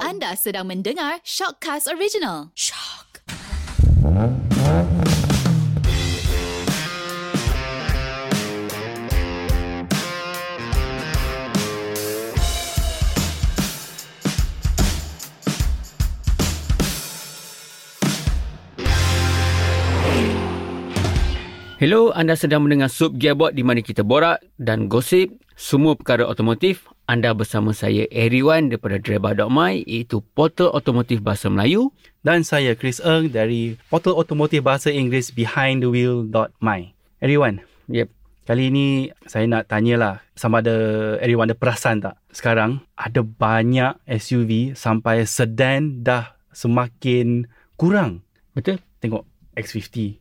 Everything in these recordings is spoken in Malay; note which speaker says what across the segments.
Speaker 1: Anda sedang mendengar Shockcast Original. Shock.
Speaker 2: Hello, anda sedang mendengar Sub Gearbox di mana kita borak dan gosip semua perkara otomotif. Anda bersama saya Eriwan daripada Dreba.my iaitu portal otomotif bahasa Melayu.
Speaker 3: Dan saya Chris Eng dari portal otomotif bahasa Inggeris behindthewheel.my. Everyone,
Speaker 2: Yep.
Speaker 3: kali ini saya nak tanyalah sama ada everyone ada perasan tak? Sekarang ada banyak SUV sampai sedan dah semakin kurang.
Speaker 2: Betul?
Speaker 3: Tengok X50.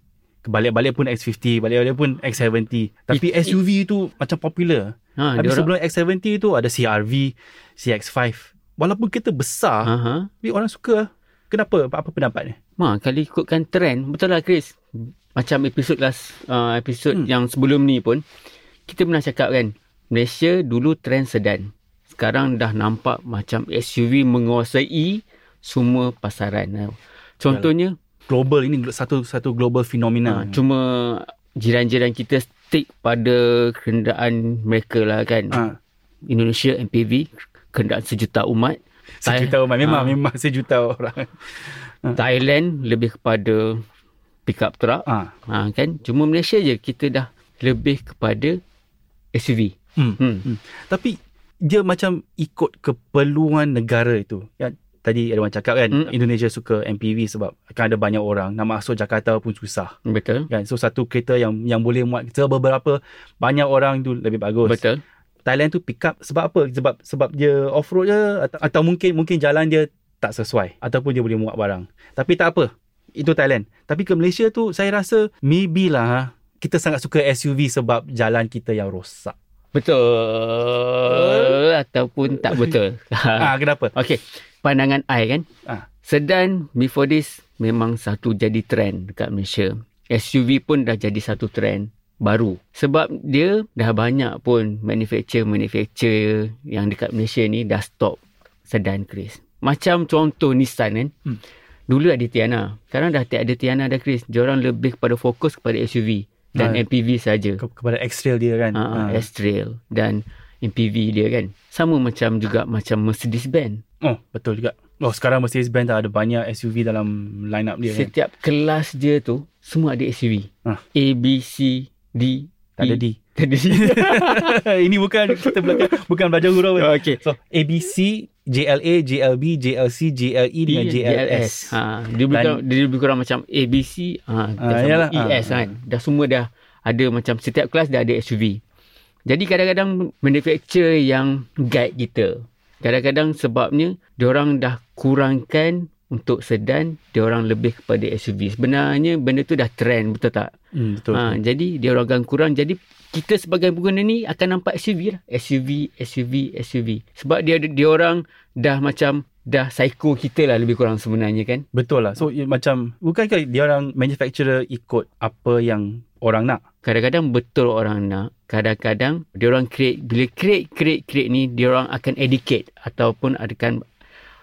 Speaker 3: Balik-balik pun X50, balik-balik pun X70. Tapi
Speaker 2: It- it-
Speaker 3: SUV tu macam popular.
Speaker 2: Ha,
Speaker 3: Tapi
Speaker 2: diorang-
Speaker 3: sebelum X70 tu ada CRV, CX5. Walaupun kereta besar,
Speaker 2: Aha.
Speaker 3: Tapi orang suka. Kenapa? Apa pendapat ni?
Speaker 2: Ma, kalau ikutkan trend, betul lah Chris. Macam episod last, uh, episod hmm.
Speaker 3: Hmm.
Speaker 2: yang sebelum ni pun, kita pernah cakap kan, Malaysia dulu trend sedan. Sekarang dah nampak macam SUV menguasai semua pasaran. Contohnya,
Speaker 3: Global ini satu satu global
Speaker 2: Ha,
Speaker 3: fenomena.
Speaker 2: cuma jiran-jiran kita stick pada kenderaan mereka lah kan. Ha.
Speaker 3: ha,
Speaker 2: Indonesia MPV, kenderaan sejuta umat.
Speaker 3: sejuta orang memang
Speaker 2: Ha.
Speaker 3: memang sejuta orang.
Speaker 2: Thailand lebih kepada pickup truck
Speaker 3: Ah,
Speaker 2: ha, kan. Cuma Malaysia je kita dah lebih kepada SUV.
Speaker 3: hmm.
Speaker 2: Hmm.
Speaker 3: Tapi dia macam ikut keperluan negara itu. Ya, tadi Erwan cakap kan,
Speaker 2: Hmm.
Speaker 3: Indonesia suka MPV sebab akan ada banyak orang. Nak masuk Jakarta pun susah.
Speaker 2: Betul.
Speaker 3: Kan? So satu kereta yang yang boleh muat kita beberapa banyak orang tu lebih bagus.
Speaker 2: Betul.
Speaker 3: Thailand tu pick up sebab apa? Sebab sebab dia off road je atau, atau mungkin mungkin jalan dia tak sesuai ataupun dia boleh muat barang. Tapi tak apa. Itu Thailand. Tapi ke Malaysia tu saya rasa maybe lah ha, kita sangat suka SUV sebab jalan kita yang rosak.
Speaker 2: Betul ataupun tak betul.
Speaker 3: Ah, kenapa?
Speaker 2: Okay, pandangan I kan.
Speaker 3: Ah.
Speaker 2: Sedan before this memang satu jadi trend dekat Malaysia. SUV pun dah jadi satu trend baru. Sebab dia dah banyak pun manufacturer-manufacturer yang dekat Malaysia ni dah stop sedan Chris. Macam contoh Nissan kan.
Speaker 3: Hmm.
Speaker 2: Dulu ada Tiana. Sekarang dah tiada Tiana dah Chris. Diorang lebih kepada fokus kepada SUV dan
Speaker 3: Ah.
Speaker 2: MPV saja.
Speaker 3: Ke- kepada X-Trail dia kan.
Speaker 2: Ah,
Speaker 3: Ah.
Speaker 2: ah, S-Trail dan MPV dia kan. Sama macam juga macam Mercedes-Benz.
Speaker 3: Oh, betul juga. Oh, sekarang Mercedes-Benz dah ada banyak SUV dalam line up dia kan.
Speaker 2: Setiap kelas dia tu semua ada SUV.
Speaker 3: Ah.
Speaker 2: A B C D
Speaker 3: Tak ada
Speaker 2: E.
Speaker 3: D.
Speaker 2: Tak ada D.
Speaker 3: Ini bukan kita belajar bukan belajar huruf. kan?
Speaker 2: Okey.
Speaker 3: So, ABC, JLA, JLB, JLC, JLE E dengan JLS.
Speaker 2: Ha, dia lebih
Speaker 3: Dan-
Speaker 2: kurang, dia lebih kurang macam A B C ha, dah
Speaker 3: Ah,
Speaker 2: sama
Speaker 3: yalah.
Speaker 2: E
Speaker 3: Ah,
Speaker 2: S kan. Dah semua dah ada macam setiap kelas dah ada SUV. Jadi kadang-kadang manufacturer yang guide kita. Kadang-kadang sebabnya diorang dah kurangkan untuk sedan, diorang lebih kepada SUV. Sebenarnya benda tu dah trend betul tak?
Speaker 3: Hmm, betul.
Speaker 2: Ha, jadi dia orang kurang. Jadi kita sebagai pengguna ni akan nampak SUV lah. SUV, SUV, SUV. Sebab dia dia orang dah macam dah psycho kita lah lebih kurang sebenarnya kan.
Speaker 3: Betul lah. So i- macam bukankah dia orang manufacturer ikut apa yang orang nak?
Speaker 2: Kadang-kadang betul orang nak. Kadang-kadang dia orang create. Bila create, create, create ni dia orang akan educate ataupun akan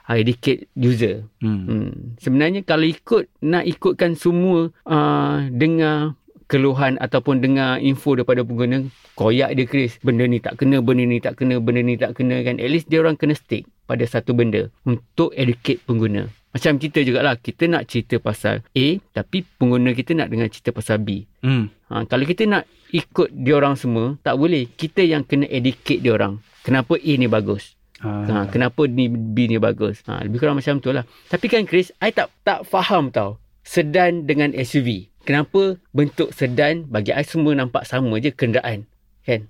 Speaker 2: educate user.
Speaker 3: Hmm.
Speaker 2: Hmm. Sebenarnya kalau ikut nak ikutkan semua uh, dengar keluhan ataupun dengar info daripada pengguna koyak dia Chris benda ni tak kena benda ni tak kena benda ni tak kena kan at least dia orang kena stick pada satu benda untuk educate pengguna macam kita jugalah kita nak cerita pasal A tapi pengguna kita nak dengar cerita pasal B
Speaker 3: Hmm.
Speaker 2: Ha, kalau kita nak ikut diorang semua, tak boleh. Kita yang kena educate diorang. Kenapa A ni bagus?
Speaker 3: Ah.
Speaker 2: Ha, kenapa ni B ni bagus? Ha, lebih kurang macam tu lah. Tapi kan Chris, I tak tak faham tau. Sedan dengan SUV. Kenapa bentuk sedan bagi I semua nampak sama je kenderaan? Kan?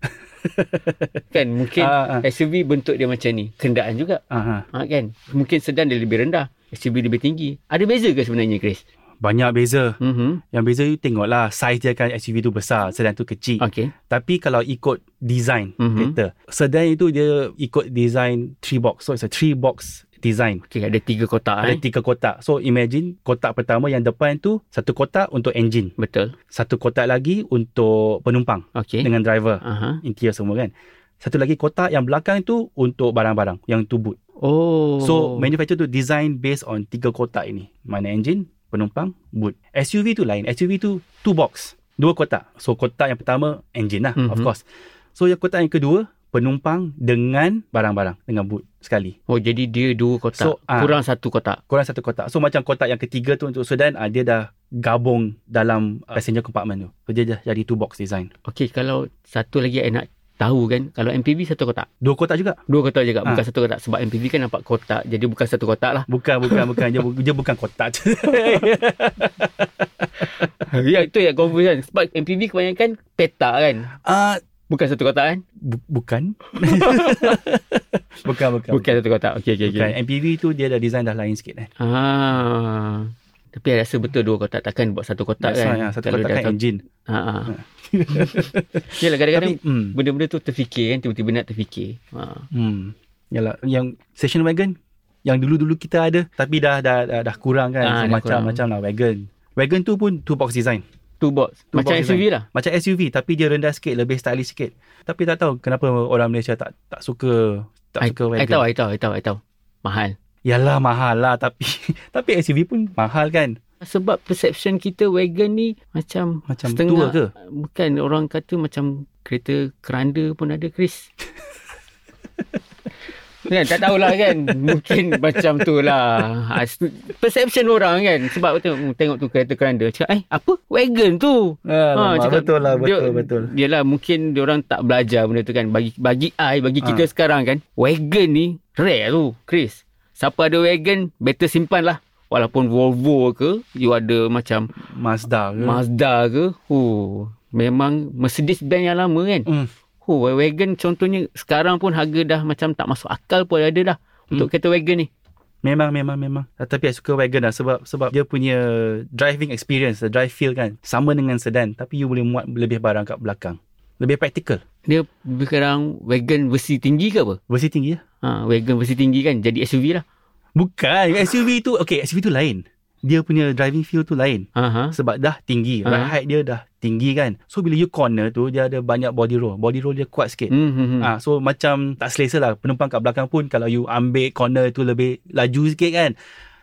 Speaker 2: kan mungkin
Speaker 3: Ah, ah,
Speaker 2: SUV bentuk dia macam ni. Kenderaan juga.
Speaker 3: ah, ah.
Speaker 2: Ha, kan? Mungkin sedan dia lebih rendah. SUV lebih tinggi. Ada beza ke sebenarnya Chris?
Speaker 3: Banyak beza.
Speaker 2: Mm-hmm.
Speaker 3: Yang beza you tengoklah saiz dia kan SUV tu besar, sedan tu kecil.
Speaker 2: Okay.
Speaker 3: Tapi kalau ikut design
Speaker 2: Mhm.
Speaker 3: kereta, sedan itu dia ikut design three box. So it's a three box design.
Speaker 2: Okay, ada tiga kotak. eh?
Speaker 3: Ada tiga kotak. So imagine kotak pertama yang depan tu satu kotak untuk engine,
Speaker 2: Betul.
Speaker 3: satu kotak lagi untuk penumpang
Speaker 2: Okay.
Speaker 3: dengan driver.
Speaker 2: Aha.
Speaker 3: interior semua kan. Satu lagi kotak yang belakang tu untuk barang-barang yang to boot.
Speaker 2: Oh.
Speaker 3: So manufacturer tu design based on tiga kotak ini. Mana engine, penumpang, boot. SUV tu lain. SUV tu two box. Dua kotak. So kotak yang pertama engine lah mm-hmm. of
Speaker 2: Mhm.
Speaker 3: course. So yang kotak yang kedua penumpang dengan barang-barang dengan boot sekali.
Speaker 2: oh jadi dia dua kotak.
Speaker 3: So, ah.
Speaker 2: kurang satu kotak.
Speaker 3: Kurang satu kotak. So macam kotak yang ketiga tu untuk sedan ah, dia dah gabung dalam ah, passenger compartment tu. So dia dah jadi two box design.
Speaker 2: Okey kalau satu lagi I nak tahu kan kalau MPV satu kotak
Speaker 3: Dua kotak juga.
Speaker 2: dua kotak juga
Speaker 3: Ah.
Speaker 2: bukan satu kotak sebab MPV kan nampak kotak jadi bukan satu kotak lah
Speaker 3: Bukan bukan bukan dia, bu- dia bukan kotak.
Speaker 2: ya itu yang confuse kan sebab MPV kebanyakan peta kan
Speaker 3: Ah
Speaker 2: bukan satu kotak kan
Speaker 3: bu- bukan. bukan bukan.
Speaker 2: bukan satu kotak okey okey okey
Speaker 3: Bukan MPV tu dia dah design dah lain sikit eh.
Speaker 2: Ah. Tapi I rasa betul dua kotak takkan buat satu kotak
Speaker 3: That's
Speaker 2: kan.
Speaker 3: why, ah, satu kotak kan engine.
Speaker 2: Ha ah. Yalah kadang-kadang
Speaker 3: Tapi hmm,
Speaker 2: benda-benda tu terfikir kan tiba-tiba nak terfikir. Ha.
Speaker 3: hmm. Yalah yang station wagon yang dulu-dulu kita ada tapi dah dah dah, dah kurang kan.
Speaker 2: Ah,
Speaker 3: so,
Speaker 2: dah
Speaker 3: macam
Speaker 2: kurang.
Speaker 3: macam lah wagon. Wagon tu pun two box design.
Speaker 2: Two box.
Speaker 3: Two
Speaker 2: Macam
Speaker 3: box
Speaker 2: SUV lah.
Speaker 3: Macam SUV tapi dia rendah sikit, lebih stylish sikit. Tapi tak tahu kenapa orang Malaysia tak tak suka tak
Speaker 2: I,
Speaker 3: suka wagon.
Speaker 2: I tahu, I tahu, I tahu, I tahu. Mahal.
Speaker 3: Yalah mahal lah tapi tapi SUV pun mahal kan.
Speaker 2: Sebab perception kita wagon ni macam
Speaker 3: Macam
Speaker 2: Setengah.
Speaker 3: tua ke?
Speaker 2: bukan orang kata macam kereta keranda pun ada Chris. Kan, tak tahulah kan Mungkin macam tu lah Ah, s- Perception orang kan Sebab tengok, tengok tu kereta keranda Cakap eh apa Wagon tu Ha,
Speaker 3: Alamak,
Speaker 2: Ah, cakap
Speaker 3: betul lah betul
Speaker 2: dia-
Speaker 3: betul.
Speaker 2: Yelah mungkin orang tak belajar benda tu kan Bagi bagi I Bagi kita
Speaker 3: Ha.
Speaker 2: sekarang kan Wagon ni Rare tu Chris Siapa ada wagon Better simpan lah Walaupun Volvo ke You ada macam
Speaker 3: Mazda ke?
Speaker 2: Hmm. Mazda ke oh, Memang Mercedes Benz yang lama kan
Speaker 3: Hmm.
Speaker 2: oh, Wagon contohnya Sekarang pun harga dah Macam tak masuk akal pun ada dah
Speaker 3: Hmm.
Speaker 2: Untuk kereta wagon ni
Speaker 3: Memang memang memang. Ah, Tapi I suka wagon lah sebab sebab dia punya driving experience, the drive feel kan sama dengan sedan tapi you boleh muat lebih barang kat belakang. Lebih practical.
Speaker 2: Dia sekarang Wagon versi tinggi ke apa
Speaker 3: Versi tinggi ya?
Speaker 2: ha, Wagon versi tinggi kan Jadi SUV lah
Speaker 3: Bukan, SUV tu okay, SUV tu lain. Dia punya driving feel tu lain
Speaker 2: ha, ha.
Speaker 3: sebab dah tinggi.
Speaker 2: Ah.
Speaker 3: Ride height dia dah tinggi kan. So bila you corner tu dia ada banyak body roll. Body roll dia kuat sikit.
Speaker 2: Hmm, hmm, hmm.
Speaker 3: Ah, so macam tak selesa lah penumpang kat belakang pun kalau you ambil corner tu lebih laju sikit kan.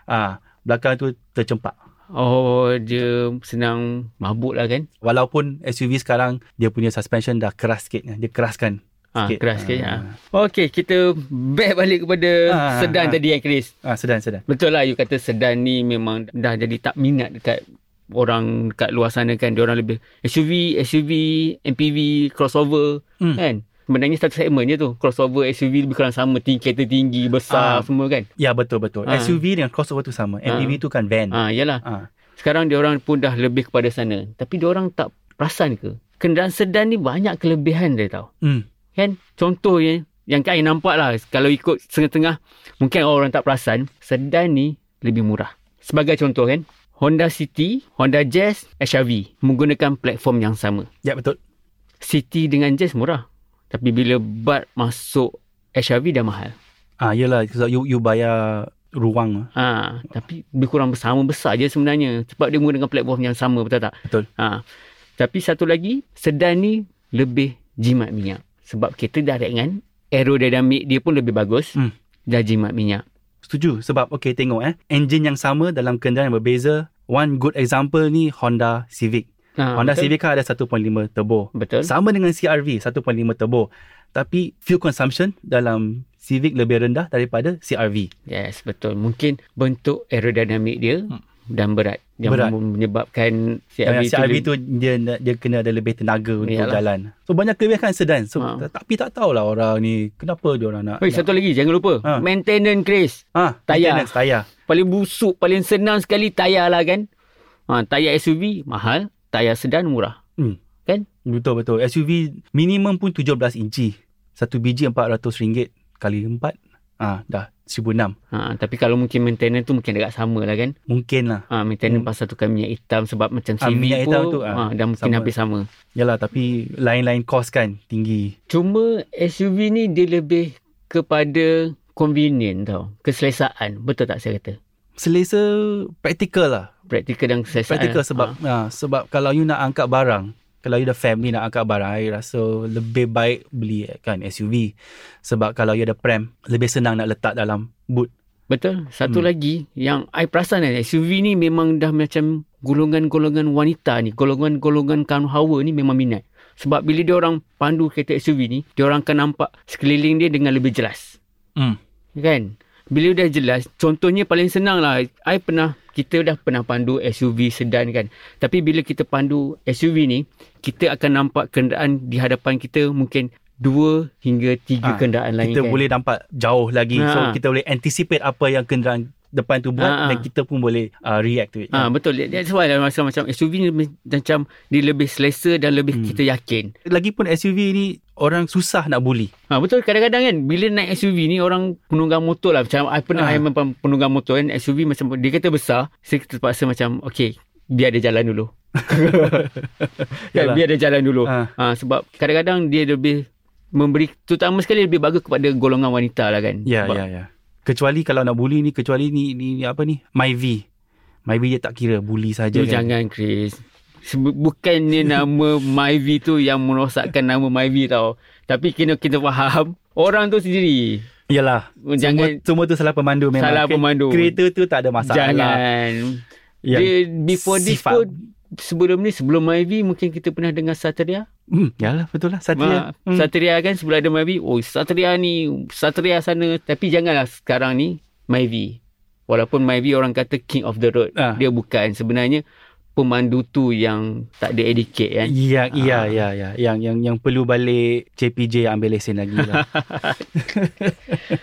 Speaker 3: Ah, belakang tu tercempak.
Speaker 2: Oh, dia senang mabuk lah kan?
Speaker 3: Walaupun SUV sekarang dia punya suspension dah keras sikit. Dia keraskan.
Speaker 2: Ha,
Speaker 3: Sikit.
Speaker 2: keras sikit. Ha.
Speaker 3: Ah.
Speaker 2: Okey, kita back balik kepada
Speaker 3: Ah,
Speaker 2: sedan
Speaker 3: ah.
Speaker 2: tadi kan, Chris.
Speaker 3: Ah, sedan, sedan.
Speaker 2: Betul lah you kata sedan ni memang dah jadi tak minat dekat orang dekat luar sana kan. Diorang lebih SUV, SUV, MPV, crossover
Speaker 3: Hmm.
Speaker 2: kan? Sebenarnya satu segmen je tu. Crossover, SUV lebih kurang sama. Tinggi, kereta tinggi, besar
Speaker 3: Ah.
Speaker 2: semua kan?
Speaker 3: Ya, betul-betul.
Speaker 2: Ah.
Speaker 3: SUV dengan crossover tu sama. MPV tu kan van.
Speaker 2: Ha, yalah.
Speaker 3: Ah.
Speaker 2: Sekarang diorang pun dah lebih kepada sana. Tapi diorang tak perasan ke? Kenderaan sedan ni banyak kelebihan dia tau.
Speaker 3: Hmm.
Speaker 2: Kan? Contohnya, yang saya nampak lah. Kalau ikut setengah-tengah, mungkin orang tak perasan. Sedan ni lebih murah. Sebagai contoh kan, Honda City, Honda Jazz, HRV menggunakan platform yang sama.
Speaker 3: Ya, betul.
Speaker 2: City dengan Jazz murah. Tapi bila BAT masuk HRV dah mahal.
Speaker 3: Ah, yelah. Sebab you, you bayar ruang.
Speaker 2: Ha, tapi lebih kurang sama besar je sebenarnya. Sebab dia menggunakan platform yang sama, betul tak?
Speaker 3: Betul.
Speaker 2: Ha. Tapi satu lagi, sedan ni lebih jimat minyak. Sebab kereta dah ringan, aerodinamik dia pun lebih bagus.
Speaker 3: Hmm.
Speaker 2: Dah jimat minyak.
Speaker 3: Setuju. Sebab, okay, tengok eh. Enjin yang sama dalam kenderaan yang berbeza. One good example ni Honda Civic.
Speaker 2: Ha,
Speaker 3: Honda
Speaker 2: betul?
Speaker 3: Civic kan ada 1.5 turbo.
Speaker 2: Betul.
Speaker 3: Sama dengan CRV 1.5 turbo. Tapi fuel consumption dalam Civic lebih rendah daripada CRV.
Speaker 2: Yes, betul. Mungkin bentuk aerodinamik dia
Speaker 3: Hmm.
Speaker 2: dan berat. Yang
Speaker 3: Berat.
Speaker 2: menyebabkan CRV,
Speaker 3: CRV, CRV
Speaker 2: lebih-
Speaker 3: tu, dia dia kena ada lebih tenaga untuk
Speaker 2: Iyalah.
Speaker 3: Yalah. jalan. So banyak kebiasaan sedan. So
Speaker 2: Ha.
Speaker 3: ha. tapi tak tahulah orang ni kenapa dia orang nak.
Speaker 2: Oi, satu lagi jangan lupa.
Speaker 3: Ha.
Speaker 2: Maintenance, Chris.
Speaker 3: ha,
Speaker 2: tayar.
Speaker 3: maintenance, Tayar.
Speaker 2: Paling busuk, paling senang sekali tayar lah kan. Ha, tayar SUV mahal, tayar sedan murah.
Speaker 3: Betul betul. SUV minimum pun 17 inci. Satu biji RM400 kali 4 ah ha, dah 1006.
Speaker 2: Ha, tapi kalau mungkin maintenance tu mungkin agak sama lah kan.
Speaker 3: Mungkin lah.
Speaker 2: Ha, maintenance
Speaker 3: Hmm.
Speaker 2: pasal tukar minyak hitam sebab macam
Speaker 3: Ah,
Speaker 2: CV
Speaker 3: minyak
Speaker 2: pun
Speaker 3: hitam tu, ah,
Speaker 2: ha, dah mungkin
Speaker 3: sama.
Speaker 2: hampir sama.
Speaker 3: Yalah tapi lain-lain kos kan tinggi.
Speaker 2: Cuma SUV ni dia lebih kepada convenient tau. Keselesaan. Betul tak saya kata?
Speaker 3: Selesa practical lah.
Speaker 2: Praktikal dan keselesaan.
Speaker 3: Practical ha,
Speaker 2: Ah,
Speaker 3: sebab ha. sebab kalau you nak angkat barang Kalau you dah family nak angkat barang, I rasa lebih baik beli kan SUV. Sebab kalau you ada pram, lebih senang nak letak dalam boot.
Speaker 2: Betul. Satu
Speaker 3: Hmm.
Speaker 2: lagi yang I perasan eh, SUV ni memang dah macam golongan-golongan wanita ni, golongan-golongan kaum hawa ni memang minat. Sebab bila dia orang pandu kereta SUV ni, dia orang akan nampak sekeliling dia dengan lebih jelas.
Speaker 3: Hmm.
Speaker 2: Kan? Bila dah jelas, contohnya paling senang lah. I pernah, kita dah pernah pandu SUV sedan kan. Tapi bila kita pandu SUV ni, kita akan nampak kenderaan di hadapan kita mungkin dua hingga tiga
Speaker 3: Ah,
Speaker 2: kenderaan lain
Speaker 3: kita
Speaker 2: kan.
Speaker 3: boleh nampak jauh lagi. So
Speaker 2: Ha.
Speaker 3: kita boleh anticipate apa yang kenderaan depan tu buat
Speaker 2: Ha, ha.
Speaker 3: dan kita pun boleh uh, react to it.
Speaker 2: Ah ha, betul. That's why lah rasa macam SUV ni me- macam dia lebih selesa dan lebih
Speaker 3: Hmm.
Speaker 2: hmm. kita yakin.
Speaker 3: Lagipun SUV ni orang susah nak bully.
Speaker 2: Ha, betul kadang-kadang kan bila naik SUV ni orang penunggang motor lah macam I pernah ha.
Speaker 3: Ah.
Speaker 2: I memang penunggang motor kan SUV macam dia kata besar saya terpaksa macam okay biar dia jalan dulu.
Speaker 3: Yalah.
Speaker 2: kan, biar dia jalan dulu. Ha.
Speaker 3: Ha.
Speaker 2: sebab kadang-kadang dia lebih memberi terutama sekali lebih bagus kepada golongan wanita lah kan.
Speaker 3: Ya,
Speaker 2: Sebab-
Speaker 3: ya, ya. Kecuali kalau nak bully ni, kecuali ni, ni, ni apa ni? My V. My V dia tak kira bully saja.
Speaker 2: Tu
Speaker 3: Kan?
Speaker 2: jangan Chris. Sebe- Bukannya nama Myvi tu yang merosakkan nama Myvi tau. Tapi kena kita faham orang tu sendiri.
Speaker 3: Yalah.
Speaker 2: Jangan
Speaker 3: Eh, Semua, semua tu salah pemandu memang.
Speaker 2: Salah
Speaker 3: Ke-
Speaker 2: pemandu.
Speaker 3: Kereta tu tak ada masalah.
Speaker 2: jangan.
Speaker 3: Yang
Speaker 2: Dia before this
Speaker 3: sifat-
Speaker 2: pun sebelum ni sebelum Myvi mungkin kita pernah dengar Satria.
Speaker 3: Hmm, yalah betul lah Satria.
Speaker 2: Satria,
Speaker 3: Hmm.
Speaker 2: Satria kan sebelum ada Myvi. Oh Satria ni, Satria sana. Tapi janganlah sekarang ni Myvi. Walaupun Myvi orang kata king of the road.
Speaker 3: Ah.
Speaker 2: Dia bukan. Sebenarnya pemandu tu yang tak ada etiquette kan.
Speaker 3: Ya,
Speaker 2: Ah.
Speaker 3: ya, ya, ya. Yang yang yang perlu balik JPJ ambil lesen lagi lah.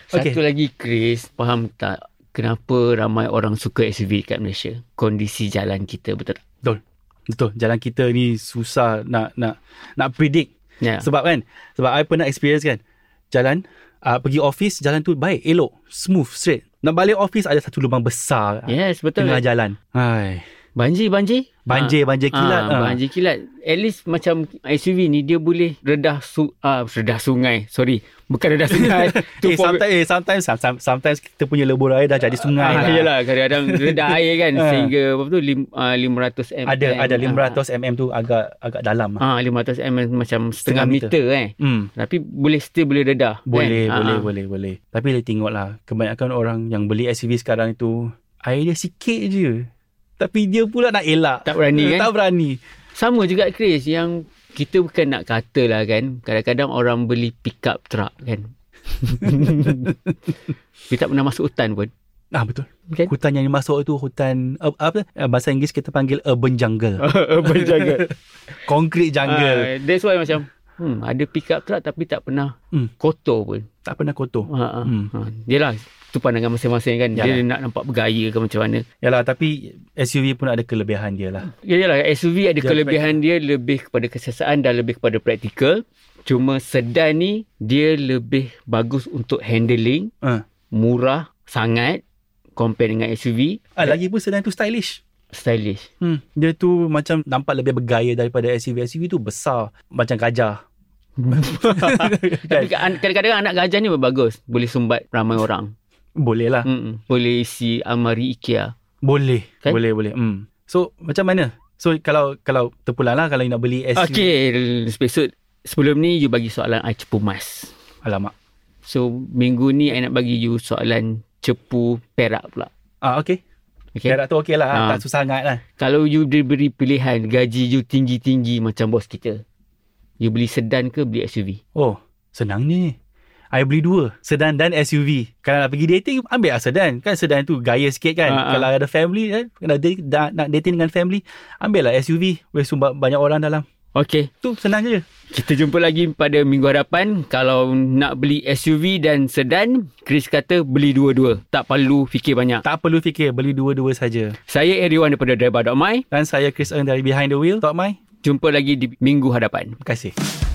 Speaker 2: Satu
Speaker 3: Okey.
Speaker 2: lagi Chris, faham tak kenapa ramai orang suka SUV kat Malaysia? Kondisi jalan kita betul tak?
Speaker 3: Betul, jalan kita ni susah nak nak nak predict.
Speaker 2: Ya.
Speaker 3: Sebab kan, sebab I pernah experience kan. Jalan uh, pergi office, jalan tu baik, elok, smooth, straight. Nak balik office ada satu lubang besar yeah,
Speaker 2: Yes, Ya, betul.
Speaker 3: tengah
Speaker 2: Banjir,
Speaker 3: jalan. Hai.
Speaker 2: banjir.
Speaker 3: Banjir, banjir kilat. ha.
Speaker 2: Ah, banjir kilat. At least macam SUV ni dia boleh redah su ah, redah sungai. Sorry, bukan redah sungai.
Speaker 3: Eh,
Speaker 2: for-
Speaker 3: sometimes, eh, sometimes, sometimes, sometimes kita punya lebur air dah jadi sungai
Speaker 2: Ah,
Speaker 3: lah.
Speaker 2: yelah, kadang-kadang redah air kan
Speaker 3: Ah.
Speaker 2: sehingga apa tu lim, ah, 500 mm.
Speaker 3: Ada ada 500 mm tu agak agak dalam lah.
Speaker 2: Ah, 500 mm macam setengah
Speaker 3: meter.
Speaker 2: meter, eh.
Speaker 3: Hmm.
Speaker 2: Tapi boleh still boleh redah.
Speaker 3: Boleh,
Speaker 2: kan?
Speaker 3: boleh,
Speaker 2: Ah,
Speaker 3: boleh, boleh. Tapi dia tengoklah. Kebanyakan orang yang beli SUV sekarang itu, air dia sikit je. Tapi dia pula nak elak.
Speaker 2: Tak berani kan?
Speaker 3: Tak berani.
Speaker 2: Sama juga Chris yang kita bukan nak kata lah kan. Kadang-kadang orang beli pick up truck kan. Dia tak pernah masuk hutan pun.
Speaker 3: Ah betul.
Speaker 2: Kan?
Speaker 3: Hutan yang dimasuk tu hutan uh, apa uh, bahasa Inggeris kita panggil urban
Speaker 2: Oh.
Speaker 3: jungle.
Speaker 2: Urban jungle.
Speaker 3: Konkrit
Speaker 2: Uh,
Speaker 3: jungle.
Speaker 2: that's why macam hmm, ada pick up truck tapi tak pernah
Speaker 3: Hmm.
Speaker 2: kotor pun.
Speaker 3: tak pernah kotor.
Speaker 2: Ha, ha,
Speaker 3: Hmm.
Speaker 2: ha. Yelah, tu pandangan masing-masing kan. Dia
Speaker 3: Yalah.
Speaker 2: nak nampak bergaya ke macam mana. Ya,
Speaker 3: Yalah tapi SUV pun ada kelebihan dia lah.
Speaker 2: Yalah, SUV ada
Speaker 3: Dia
Speaker 2: kelebihan dia lebih kepada kesesaan dan lebih kepada praktikal. Cuma sedan ni dia lebih bagus untuk handling,
Speaker 3: Ah.
Speaker 2: murah sangat compare dengan SUV,
Speaker 3: Ah lagi pun sedan tu stylish.
Speaker 2: stylish.
Speaker 3: Hmm. Dia tu macam nampak lebih bergaya daripada SUV. SUV tu besar macam gajah.
Speaker 2: Tapi
Speaker 3: kan?
Speaker 2: kad- kadang-kadang anak gajah ni bagus, boleh sumbat ramai orang.
Speaker 3: Boleh lah.
Speaker 2: Mm-mm. Boleh isi almari IKEA.
Speaker 3: Boleh.
Speaker 2: Kan?
Speaker 3: Boleh boleh. Hmm. So macam mana? So kalau kalau terpulang lah kalau you nak beli SUV.
Speaker 2: Okey, besok sebelum ni you bagi soalan I cepu mas.
Speaker 3: Alamak.
Speaker 2: So minggu ni I nak bagi you soalan cepu perak pula.
Speaker 3: Ah okey.
Speaker 2: Okey.
Speaker 3: Okay. Jarak tu okey lah.
Speaker 2: Ah.
Speaker 3: Tak susah sangat lah.
Speaker 2: Kalau you diberi pilihan gaji you tinggi-tinggi macam bos kita. You beli sedan ke beli SUV?
Speaker 3: Oh, senangnya ni. I beli dua, sedan dan SUV. Kalau nak pergi dating, ambil lah sedan. Kan sedan tu gaya sikit kan.
Speaker 2: Ha, ha.
Speaker 3: Kalau ada family, eh, nak, dating, nak dating dengan family, ambil lah SUV. Boleh sumbat banyak orang dalam.
Speaker 2: Okey.
Speaker 3: Tu senang je.
Speaker 2: Kita jumpa lagi pada minggu hadapan. Kalau nak beli SUV dan sedan, Chris kata beli dua-dua. Tak perlu fikir banyak.
Speaker 3: Tak perlu fikir, beli dua-dua saja. Kan
Speaker 2: Saya Eriwan daripada Driver.my.
Speaker 3: Dan saya Chris Ng dari Behind the Wheel. Tok Mai,
Speaker 2: Jumpa lagi di minggu hadapan.
Speaker 3: terima kasih.